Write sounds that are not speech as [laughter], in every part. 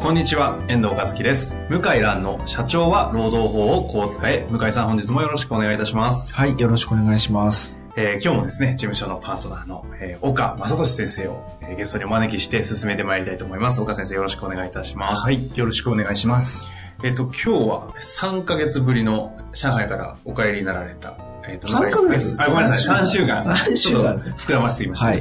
こんにちは、遠藤和樹です。向井蘭の社長は労働法をこう使え。向井さん本日もよろしくお願いいたします。はい、よろしくお願いします。えー今日もですね、事務所のパートナーの、えー岡正俊先生を、えーゲストにお招きして進めてまいりたいと思います。岡先生よろしくお願いいたします。い、よろしくお願いします。えっ、と、今日は3ヶ月ぶりの上海からお帰りになられた。えっ、と、 3ヶ月あ、ごめんなさい、3週間。 3週間ちょっと膨らませすぎました。はい。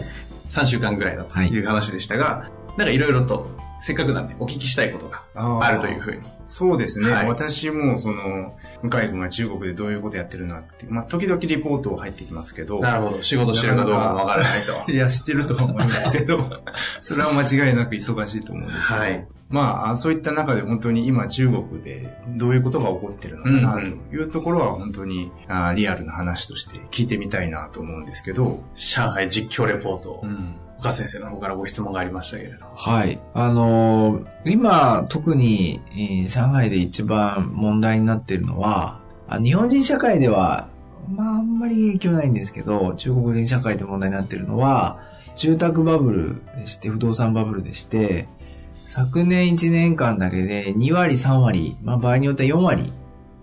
3週間ぐらいだという話でしたが、なんかいろいろと、せっかくなんでお聞きしたいことがあーあるというふうに。そうですね。はい私も、その、向井君が中国でどういうことやってるなって、まあ、時々リポート入ってきますけど、なるほど。仕事してるかどうかもわからないと。いや、してるとは思いますけ [laughs] ど、それは間違いなく忙しいと思うんですけど、はいまああ、そういった中で本当に今中国でどういうことが起こってるのかなうとんうんいうところは本当にあーリアルな話として聞いてみたいなと思うんですけど、上海実況レポートう、ん岡先生の方からご質問がありましたけれど。はい。あのー今、特に、えー上海で一番問題になっているのは、あ日本人社会では、まあ、あんまり影響ないんですけど、中国人社会で問題になっているのは、住宅バブルでして、不動産バブルでして、昨年1年間だけで2割、3割、まあ、場合によっては4割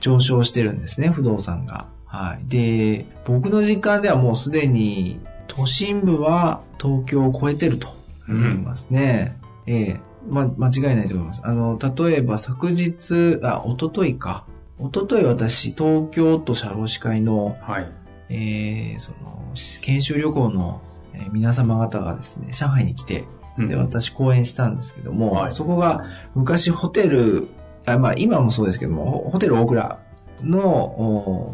上昇してるんですね、不動産が。はい。で、僕の実感ではもうすでに、都心部は東京を超えてると思いますね。ええま、間違いないと思います。あの、例えば昨日、あ、一昨日か。一昨日私、東京都社労士会の、はい。えーその、研修旅行の、えー皆様方がですね、上海に来て、で、私講演したんですけども、はいそこが昔ホテル、あまあ今もそうですけども、ホホテル大倉の、お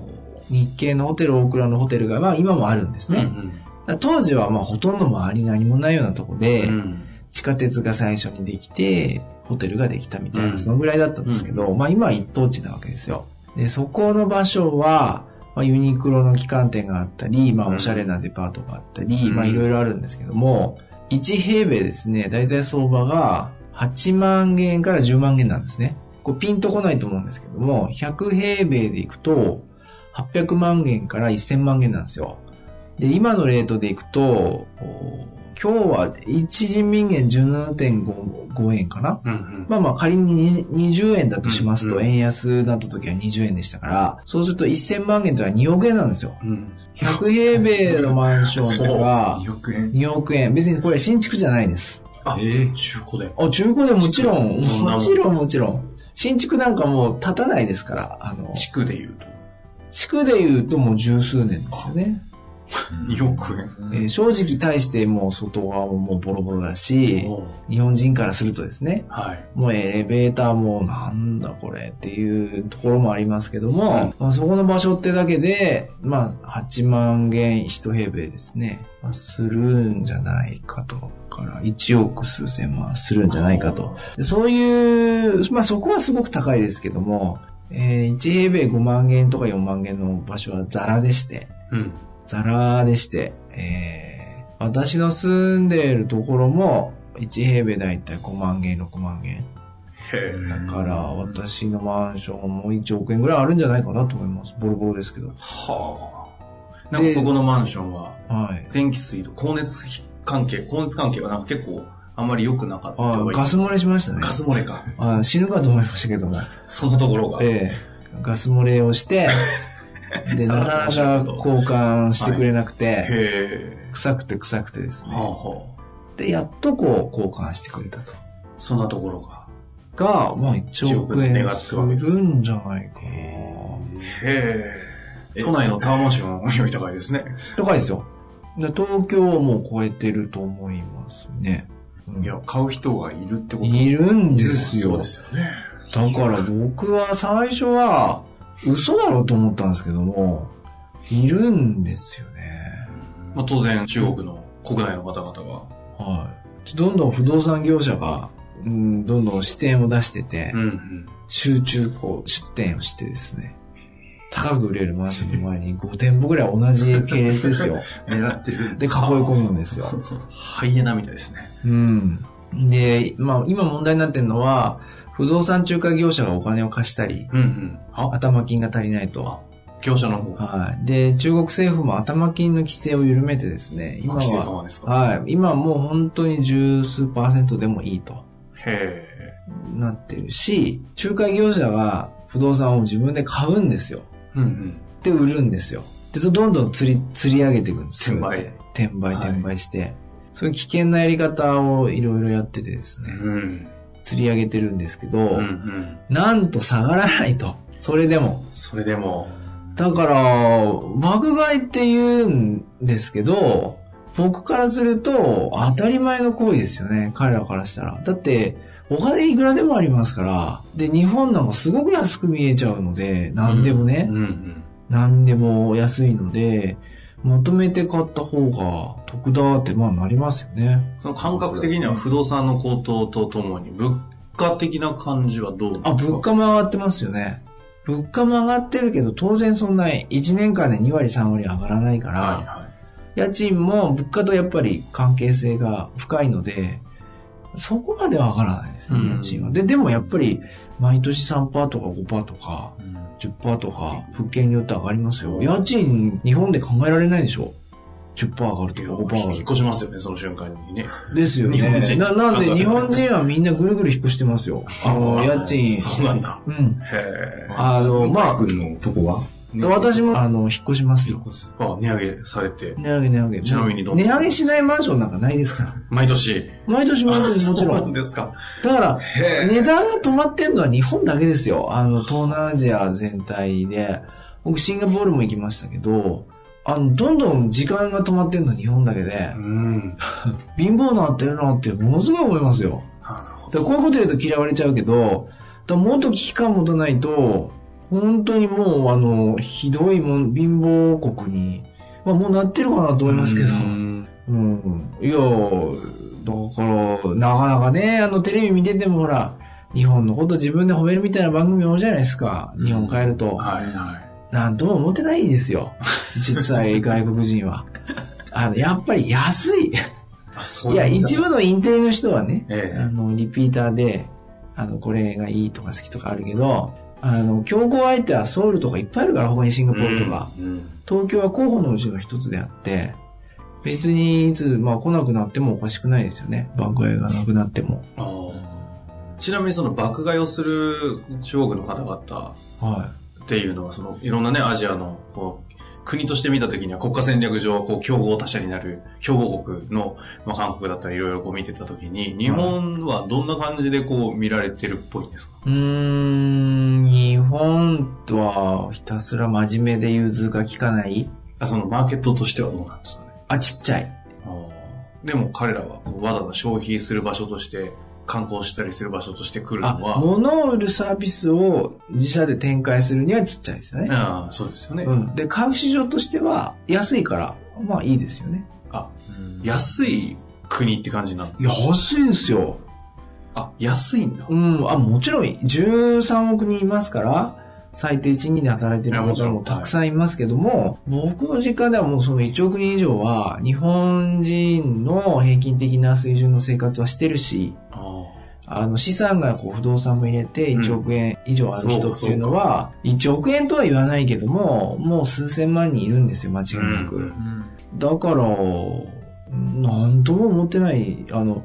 日系のホテル大倉のホテルが、まあ今もあるんでうすんね。だから当時はまあほとんど周り何もないようなとこで、うん地下鉄が最初にできて、ホテルができたみたいな、うんそのぐらいだったんですけど、まあ今は一等地なわけですよ。で、そこの場所は、まあユニクロの旗艦店があったり、まあうんおしゃれなデパートがあったり、うんまあいろいろあるんですけども、1平米ですね、だいたい相場が8万円から10万円なんですね。こうピンとこないと思うんですけども、100平米でいくと、800万円から1000万円なんですよ。で、今のレートでいくと、お今日は1人民元17.5円かなうんうんまあまあ仮に20円だとしますうんと、うん円安だった時は20円でしたから、そうすると1000万円とは2億円なんですよ。うん100平米のマンションが2億円。 2億円。別にこれ新築じゃないです。あ、ええ中古で。あ、中古でもちろん、そんなもんもちろんもちろん。新築なんかもう立たないですから、あの、地区で言うと。地区で言うともう十数年ですよね。 2億円。えー正直対してもう外側ももうボロボロだし、おう日本人からするとですね、はい。もうエレベーターもなんだこれっていうところもありますけども、まあ、そこの場所ってだけで、まあ8万元一平米ですね、まあするんじゃないかと。から1億数千万するんじゃないかと。でそういう、まあそこはすごく高いですけども、え1平米5万元とか4万元の場所はザラでして、うん。ザラでして、えー、私の住んでいるところも、1平米だいたい5万元、6万元。へえ。だから、私のマンションも1億円ぐらいあるんじゃないかなと思います。ボロボロですけど。はあ。なんかそこのマンションは、はい。電気水道、光熱費関係、光熱関係はなんか結構あんまり良くなかったあとかガス漏れしましたね。ガス漏れか。あ死ぬかと思いましたけども。そんなところが。ええガス漏れを [laughs] して、で、さならかなならかしいこと交換してくれなくて、へえ。臭くて臭くてですはあね。はで、やっとこう、交換してくれたと。あ。そんなところが。が、まあ、1億円するんじゃないかな。へえ。都内のタワーマンションはより高いですね。高いですよ。で東京をもう超えてると思いますね。うんいや、買う人がいるってこといるんですそうよ。ですよね。だから僕は最初は嘘だろうと思ったんですけども、いるんですよね。まあ、当然中国の国内の方々がはどんどん不動産業者が、うん、どんどん支店を出してて、うんうん。集中こう出店をしてですね、高く売れるマンションの前に5店舗ぐらい同じ系列です [laughs] よ。目立ってる。で、囲い込むんですよ。ハイエナみたいですね。うん。で、まあ、今問題になってるのは、不動産仲介業者がお金を貸したり、うんうん。あ、頭金が足りないと。業者の方が。はい。で、中国政府も頭金の規制を緩めてですね、今規制緩は、和ですかはい。今はもう本当に十数パーセントでもいいとへなってるし、仲介業者が不動産を自分で買うんですよ。え。うんうん。で売るんですよ。で、どんどん釣り、釣り上げていくんですよ。転売そうやって転売、はい転売して。そういう危険なやり方をいろいろやっててですね、うん。釣り上げてるんですけど、うんうん。なんと下がらないと。それでも。それでも、だから、爆買いって言うんですけど、僕からすると当たり前の行為ですよね。彼らからしたら。だって、お金いくらでもありますから。で、日本なんかすごく安く見えちゃうので、なんでもね。うんうん。何でも安いので、まとめて買った方が得だって、まあなりますよね。その感覚的には不動産の高騰とともに、物価的な感じはどうなんですかあ、物価も上がってますよね。物価も上がってるけど、当然そんな1年間で2割3割上がらないから、はいは家賃も物価とやっぱり関係性が深いので、そこまでは上がらないですうんね、家賃は。で、でもやっぱり、毎年3%とか5%とか、い。うん10%とか、物件によって上がりますよ。家賃、日本で考えられないでしょ ?10% 上がるとか5%上がる引っとか越しますよね、その瞬間にね。ですよね。日本人ななんで日本人はみんなぐるぐる引っ越してますよ。あの、家賃。そうなんだ。うん。へえ。あの、まあ、君のとこは私も、あの、引っ越しますよ。あ、値上げされて、値上げ値上げ。ちなみにどう値上げしないマンションなんかないですから。毎年。毎年毎年もちろそうなんん。ですか。だから、値段が止まってんのは日本だけですよ。あの、東南アジア全体で。僕、シンガポールも行きましたけど、あの、どんどん時間が止まってんのは日本だけでう、ん。貧乏なってるなってものすごい思いますよ。なるほだからこういうこと言うと嫌われちゃうけど、だからもっと危機感持たないと、本当にもう、あの、ひどいもん、貧乏国に、まあもうなってるかなとど。思いますけど、ううんん。いや、だから、なかなかね、あの、テレビ見ててもほら、日本のこと自分で褒めるみたいな番組多いじゃないですか。日本帰ると。はいはい。なんとも思ってないんですよ。実 [laughs] 際、外国人は。あの、やっぱり安い。あ、そいや、なんだ一部のインテリの人はね、ええあの、リピーターで、あの、これがいいとか好きとかあるけど、あの、競合相手はソウルとかいっぱいあるから、他にシンガポールとか。うん東京は候補のうちの一つであって、別にいつ、まあ来なくなってもおかしくないですよね。爆買いがなくなっても。あーちなみにその爆買いをする中国の方々はっていうのは、そのいろんなね、アジアのこう国として見たときには国家戦略上、こう、競合他社になる、競合国の、まあ、韓国だったりいろいろこう見てたときに、日本はどんな感じでこう見られてるっぽいんですかい。うーん、日本とはひたすら真面目で融通が利かない。あそのマーケットとしてはどうなんですかね。あ、ちっちゃい。でも彼らはこうわざわざ消費する場所として、観光したりする場所として来るあの、は、物を売るサービスを自社で展開するにはちっちゃいですよね。ああそうですよね。うん。で、買う市場としては安いから、まあいいですよね。あ、安い国って感じなんですか安いですよ。あ、安いんだ。うん。あ、もちろん13億人いますから、最低賃金で働いてるいやもち方ろんもたくさんいますけども、僕の実家ではもうその1億人以上は、日本人の平均的な水準の生活はしてるし、あああの資産がこう不動産も入れて1億円以上ある人っていうのは、1億円とは言わないけども、もう数千万人いるんですよ、間違いなく。うんだから、なんとも思ってない、あの、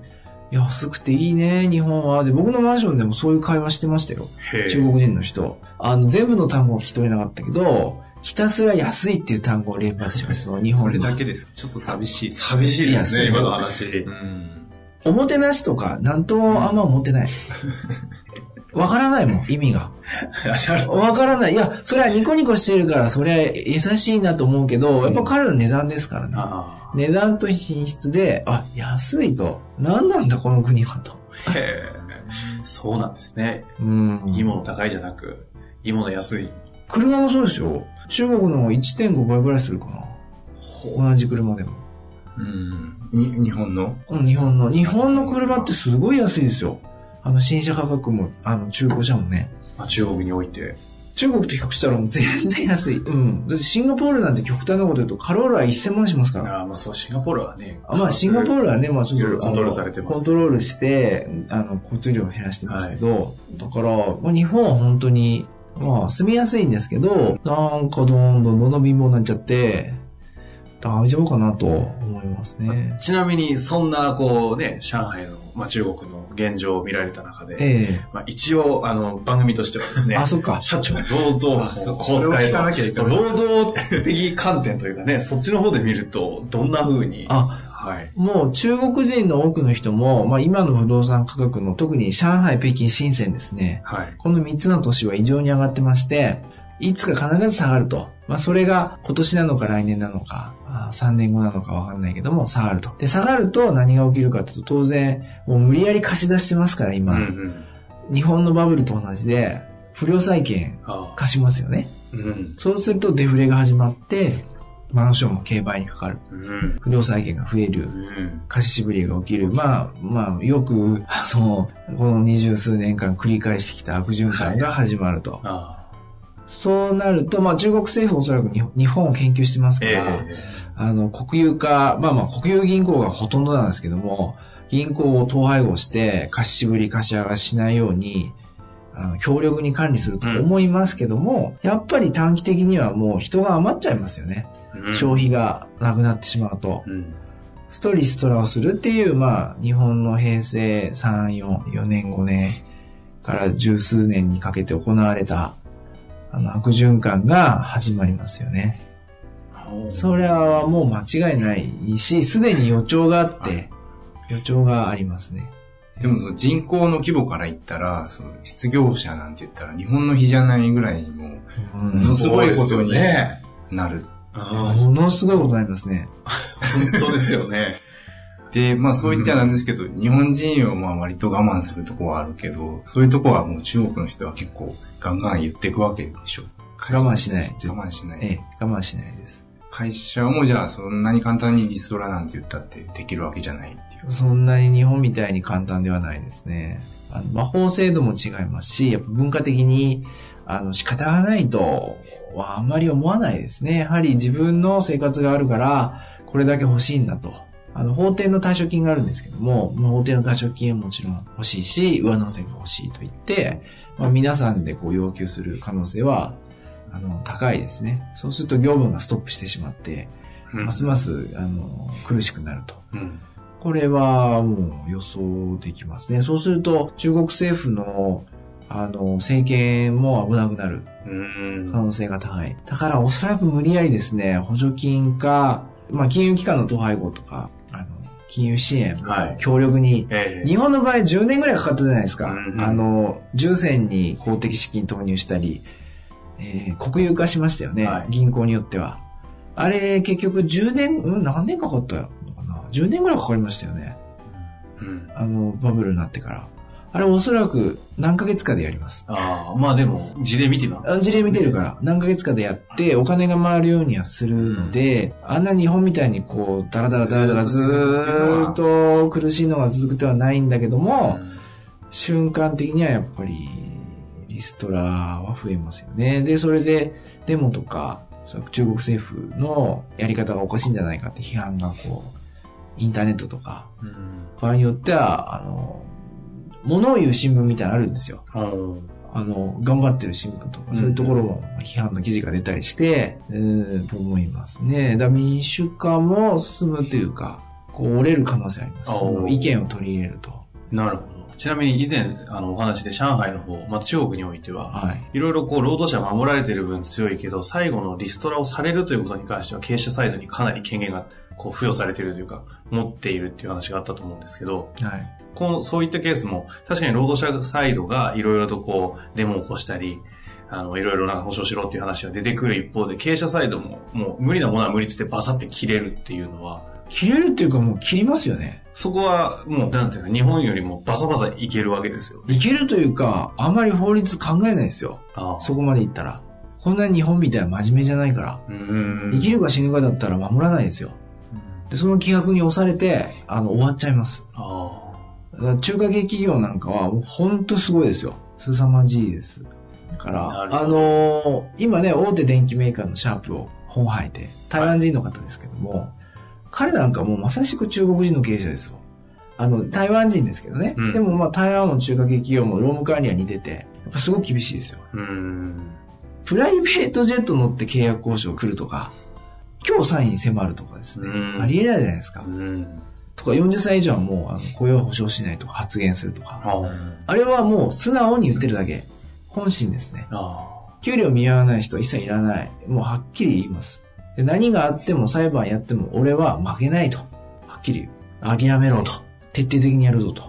安くていいね、日本は。で、僕のマンションでもそういう会話してましたよ。へ中え。国人の人。あの、全部の単語を聞き取れなかったけど、ひたすら安いっていう単語を連発し [laughs] ました、その日そ本れだは。けです。ちょっと寂しい。寂しいですいね、や今の話う。ん。おもてなしとか、なんともあんま思ってない。わからないもん、意味が。わからない。いや、それはニコニコしてるから、それは優しいなと思うけど、やっぱ彼らの値段ですからね。あ値段と品質で、あ、安いと。何なんだ、この国はと。あへえ。そうなんですね。うんいいもの高いじゃなく、いいもの安い。車もそうですよ。中国の1.5倍ぐらいするかな。同じ車でも。うん。に日本のうん日本の、日本の車ってすごい安いですよ。あの、新車価格も、あの、中古車もね。まあ中国において。中国と比較したらもう全然安い。うん。だってシンガポールなんて極端なこと言うと、カローラは1000万しますから。ああ、まあそう、シンガポールはね。まあ、シンガポールはね、まあちょっいろいろと、コントロールあのされてますコントロールして、あの、交通量を減らしてますけど、だから、まあ、日本は本当に、まあ、住みやすいんですけど、なんかどんどんどんどん貧乏になっちゃって、大丈夫かなと思いますね。ちなみに、そんな、こうね、上海の、まあ中国の現状を見られた中で、えまあ一応、あの、番組としてはですえね、あ、そっか。社長、労働あそ法、うこう使えそれを聞かなきゃいけと。ない労働的観点というかね、そっちの方で見ると、どんな風に。あはい。もう中国人の多くの人も、まあ今の不動産価格の特に上海、北京、深センですね。はい。この3つの都市は異常に上がってまして、いつか必ず下がると。まあそれが今年なのか来年なのか、あ3年後なのかわかんないけども、下がると。で、下がると何が起きるかというと当然、もう無理やり貸し出してますからう今、んうん。日本のバブルと同じで、不良債権あ貸しますよね。うん。そうするとデフレが始まって、マンションも競売にかかる。うん。不良債権が増えるう。ん。貸し渋りが起きる。まあ、まあ、よく、あの、この二十数年間繰り返してきた悪循環が始まると。あそうなると、まあ、中国政府おそらく日本日本を研究してますかええら、あの、国有化、まあまあ、国有銀行がほとんどなんですけども、銀行を統廃合して、貸し渋り、貸し上がしないように、あの強力に管理すると思いますけども、やっぱり短期的にはもう人が余っちゃいますよね。うん消費がなくなってしまうと。うん。ストリストラをするっていう、まあ、日本の平成3、4、4年、5年から十数年にかけて行われた、あの、悪循環が始まりますよね。それはもう間違いないし、すでに予兆があって、予兆がありますね。でもその人口の規模から言ったら、その失業者なんて言ったら日本の比じゃないぐらいにもうんそうすごいことにね。うなる。あものすごいことになりますね。あ、そうですよね。で、まあそう言っちゃなんですけど、日本人はまあ割と我慢するとこはあるけど、そういうとこはもう中国の人は結構ガンガン言っていくわけでしょ。我慢しない我慢しない。ええ、我慢しないです。会社もじゃあそんなに簡単にリストラなんて言ったってできるわけじゃないっていう。そんなに日本みたいに簡単ではないですね。あの、魔法制度も違いますし、やっぱ文化的に、あの、仕方がないとはあんまり思わないですね。やはり自分の生活があるから、これだけ欲しいんだと。あの、法定の退職金があるんですけども、まあ法定の退職金はもちろん欲しいし、上乗せが欲しいと言って、まあ、皆さんでこう要求する可能性は、あの、高いですね。そうすると業務がストップしてしまって、うんますます、あの、苦しくなると。うん。これはもう予想できますね。そうすると中国政府のあの政権も危なくなるうん可能性が高い。だからおそらく無理やりですね、補助金か、まあ金融機関の統廃合とか、あの金融支援はい、強力に、ええ日本の場合10年ぐらいかかったじゃないですか。うんうんあの、重線に公的資金投入したり、えー国有化しましたよね、はい銀行によっては。あれ、結局10年、うん、何年かかったのかな ?10 年ぐらいかかりましたよね。うんあの、バブルになってから。あれおそらく何ヶ月かでやります。ああ、まあでも、事例見てみます。あ事例見てるから、何ヶ月かでやって、お金が回るようにはするので、あんな日本みたいにこう、ダラダラダラダラずーっと苦しいのが続くではないんだけども、瞬間的にはやっぱりリストラは増えますよね。で、それでデモとか、そう中国政府のやり方がおかしいんじゃないかって批判がこう、インターネットとか、うん。場合によっては、あの、物を言う新聞みたいなのあるんですよ。うん。あの、頑張ってる新聞とか、うんそういうところも批判の記事が出たりして、うん、と思いますね。だから民主化も進むというか、こう折れる可能性あります。あーその意見を取り入れると。なるほど。ちなみに以前、あの、お話で上海の方、まあ中国においては、はい。いろいろこう、労働者守られてる分強いけど、最後のリストラをされるということに関しては、経営者サイドにかなり権限が、こう、付与されているというか、持っているっていう話があったと思うんですけど、はい。こう、そういったケースも、確かに労働者サイドがいろいろとこう、デモを起こしたり、あの、いろいろなんか保証しろっていう話が出てくる一方で、経営者サイドも、もう無理なものは無理っつってバサって切れるっていうのは、切れるっていうかもう切りますよね。そこはもう、なんていうか、日本よりもバサバサいけるわけですよ。いけるというか、あんまり法律考えないですよ。ああそこまでいったら。こんな日本みたいな真面目じゃないから。うん生きるか死ぬかだったら守らないですよ。で、その規約に押されて、あの、終わっちゃいます。あだから中華系企業なんかは、もうほんとすごいですよ。凄まじいです。だから、なあるほどのー今ね、大手電機メーカーのシャープを本履いて、台湾人の方ですけども、彼なんかもうまさしく中国人の経営者ですよ。あの、台湾人ですけどね。うんでもまあ、台湾の中華系企業も労務管理は似てて、やっぱすごく厳しいですよ。ー。うーん。プライベートジェット乗って契約交渉来るとか、今日サイン迫るとかですね。うんありえないじゃないですか。うん。とか40歳以上はもうあの雇用は保障しないとか発言するとか。ああれはもう素直に言ってるだけ。本心ですね。あ。あ給料見合わない人は一切いらない。もうはっきり言います。で何があっても裁判やっても俺は負けないと。はっきり言う。諦めろと。徹底的にやるぞと。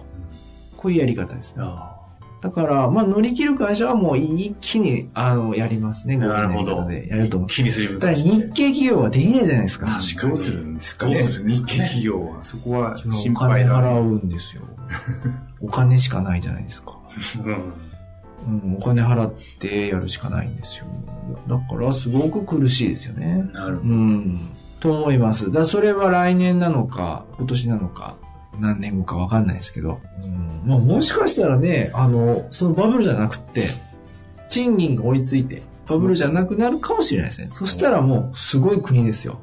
こういうやり方ですーね。あだから、まあ乗り切る会社はもう一気に、あの、やりますね。ー。なるほこど。ういうやり方でやると思う。気にするただ日系企業はできないじゃないですか。確かにどうするんですかねどうするんです日か系ね企業は。そこは心お金配だ払ね。うんですよ。お金しかないじゃないですか。うん。うん、お金払ってやるしかないんですよ。だだから、すごく苦しいですよね。なるほうん。と思います。だからそれは来年なのか、今年なのか、何年後かわかんないですけど。うん。まあ、もしかしたらね、あの、そのバブルじゃなくって、賃金が追いついて、バブルじゃなくなるかもしれないですね。そしたらもう、すごい国ですよ。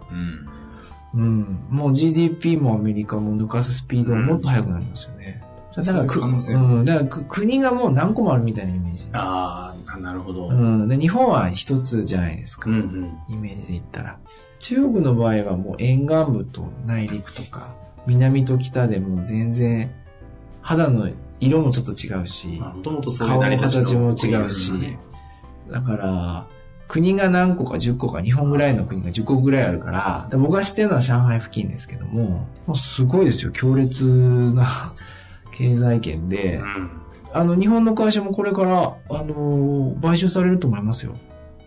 うん。うん。もう GDP もアメリカも抜かすスピードもっと速くなりますよね。だからく、そういう可能性うん。だからく国がもう何個もあるみたいなイメージ。ど。ああ、なるほど。ううんん。で、日本は一つじゃないですか。うん。イメージで言ったら。中国の場合はもう沿岸部と内陸とか、南と北でもう全然、肌の色もちょっと違うし、もともとそういう顔成りの立ち形のも違うし、だから、国が何個か10個か、日本ぐらいの国が10個ぐらいあるから、で僕が知ってるのは上海付近ですけども、もうすごいですよ、強烈な [laughs] 経済圏うで、ん。あの、日本の会社もこれから、あのー買収されると思いますよ。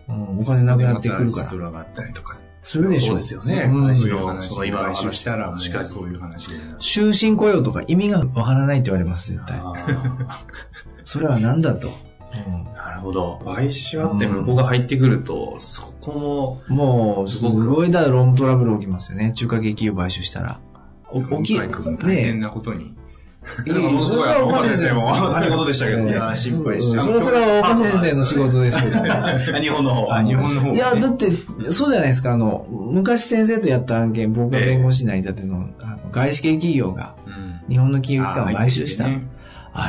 うん、お金なくなってくるかそこでまたリストら。ラがあったりとか。するでしそょうですよね。うんそういう話その今の買話収したら、もう確かにそういう話になる。終身雇用とか意味がわからないって言われます、絶対。あーそれは何だと。なるほど。買収あって向こうが入ってくると、そこも、うん、もう、すごいだ、ローントラブル起きますよね。中華系企業買収したら。お起き、向井君が大変なことに。いなんかものすごい、それは岡岡先先生生も、も大変なことでしたけど、ええいやー、心配しうちゃう。んそれはそれは岡先生の仕事ですけど。 [laughs] あ日本の方。あ日本の方いや、だって、そうじゃないですか、あの、昔先生とやった案件、僕が弁護士になりたての、あの外資系企業が、うん。日本の金融機関を買収した。あ,、入ってきてね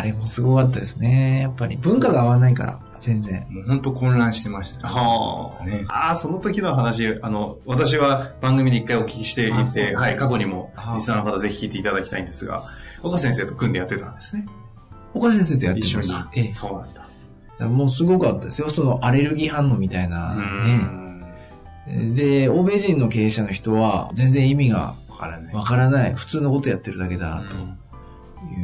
れもすごかったですね。やっぱり、文化が合わないから、全然。もう本当混乱してました。はあ、ねああ、その時の話、あの、私は番組で一回お聞きしてあいそうなんて、だはい、過去にもあ、ーリスナーの方ぜひ聞いていただきたいんですが、岡先生と組んでやってたんですね。岡先生とやって一緒ましにた。。ええそうなんだ。もうすごかったですよ。そのアレルギー反応みたいな、ね。で、欧米人の経営者の人は全然意味がわからない。わからない。普通のことやってるだけだうんとい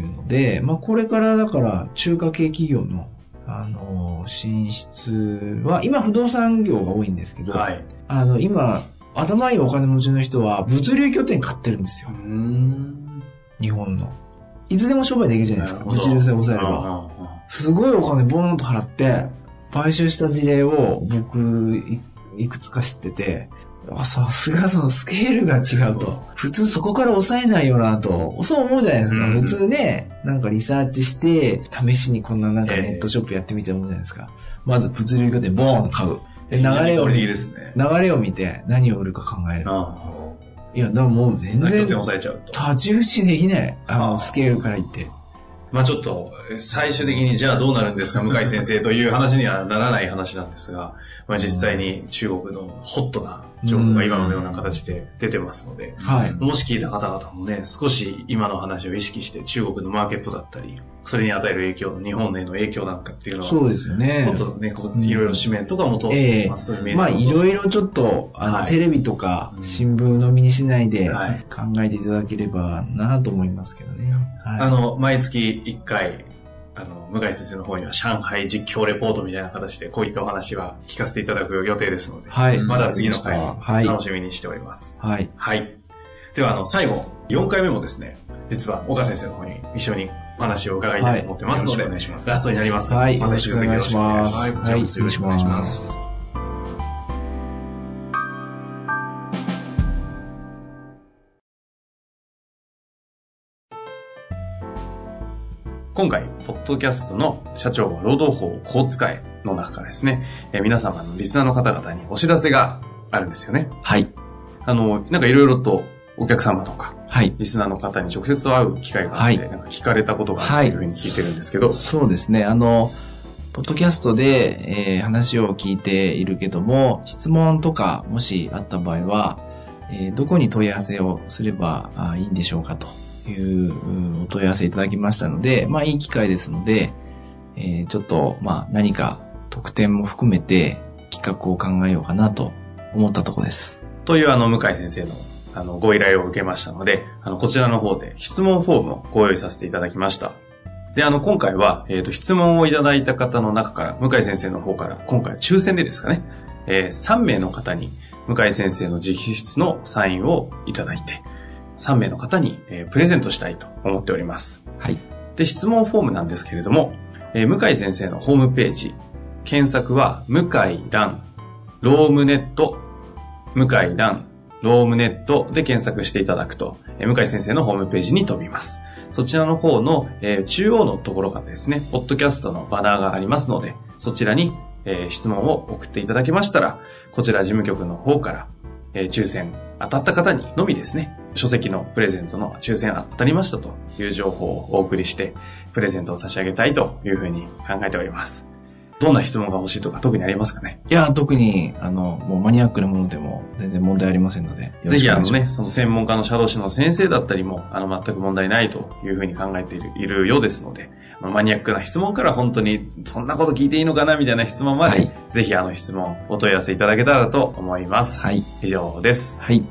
うので、まあこれからだから中華系企業のあの、進出は、今不動産業が多いんですけど、はい。あの、今、頭いいお金持ちの人は物流拠点買ってるんですよ。日本の。いつでも商売できるじゃないですか。物流さえ抑えれば。ば。すごいお金ボーンと払って、買収した事例を僕い、いくつか知ってて、あさすがそのスケールが違うと。普通そこから抑えないよなと。そう思うじゃないですか。うんうん普通ね、なんかリサーチして、試しにこんななんかええネットショップやってみて思うじゃないですか。まず物流拠点ボーンと買う。で流流れをこれいい見、ですね。流れを見て何を売るか考える。あいや、だからもう全あ。拠然、点立抑えちゃうと。ち打ちできない。ああの、スケールから言って。まあちょっと、最終的にじゃあどうなるんですか、向井先生という話にはならない話なんですが、まあ実際に中国のホットな情報が今のような形で出てますので、はい。もし聞いた方々もね、少し今の話を意識して中国のマーケットだったり、それに与える影響、日本への影響なんかっていうのは、そうですよね。もっとね、こういろいろ紙面とかも通してええます、そううメディまあアも通いしてろいろちょっと、あの、はいテレビとかうん新聞のみにしないではい考えていただければなと思いますけどね。はい。あの、毎月1回、あの、向井先生の方には上海実況レポートみたいな形で、こういったお話は聞かせていただく予定ですので、はい。まだ次の回はもい。楽しみにしております。はい。はい。では、あの、最後、4回目もですね、実は岡先生の方に一緒にお話を伺いたいと思ってますので、はいよろしくお願いしますラストになりますので、はい。まよたろ引きし続くおきよ願ろいししくお願いましす。ます。ますはい。よろしくお願いします。今回、ポッドキャストの社長は労働法をこう使えの中からですね、えー皆様のリスナーの方々にお知らせがあるんですよね。はい。あの、なんかいろいろとお客様とか、はい。リスナーの方に直接会う機会があって、はいなんか聞かれたことがあるというふうに聞いてるんですけど、そうですね。あの、ポッドキャストで、えー話を聞いているけども、質問とかもしあった場合は、えーどこに問い合わせをすればあいいんでしょうかといううんお問い合わせいただきましたので、まあいい機会ですので、えーちょっと、まあ何か特典も含めて企画を考えようかなと思ったところです。というあの、向井先生のあの、ご依頼を受けましたので、あの、こちらの方で質問フォームをご用意させていただきました。で、あの、今回は、えっ、と、質問をいただいた方の中から、向井先生の方から、今回抽選でですかね、えー3名の方に、向井先生の直筆のサインをいただいて、3名の方に、えープレゼントしたいと思っております。はい。で、質問フォームなんですけれども、えー向井先生のホームページ、検索は、向井蘭、ロームネット、向井蘭、ロームネットで検索していただくと、えー向井先生のホームページに飛びます。そちらの方の、えー中央のところからですね、ポッドキャストのバナーがありますので、そちらに、えー質問を送っていただけましたら、こちら事務局の方から、えー抽選当たった方にのみですね、書籍のプレゼントの抽選当たりましたという情報をお送りして、プレゼントを差し上げたいというふうに考えております。どんな質問が欲しいとか特にありますかねいや、特に、あの、もうマニアックなものでも全然問題ありませんので、よろぜしくひあお願いのしますね、その専門家の社労士の先生だったりも、あの全く問題ないというふうに考えているいるようですので、あのマニアックな質問から本当にそんなこと聞いていいのかなみたいな質問まで、はいぜひあの質問お問い合わせいただけたらと思います。はい。以上です。はい。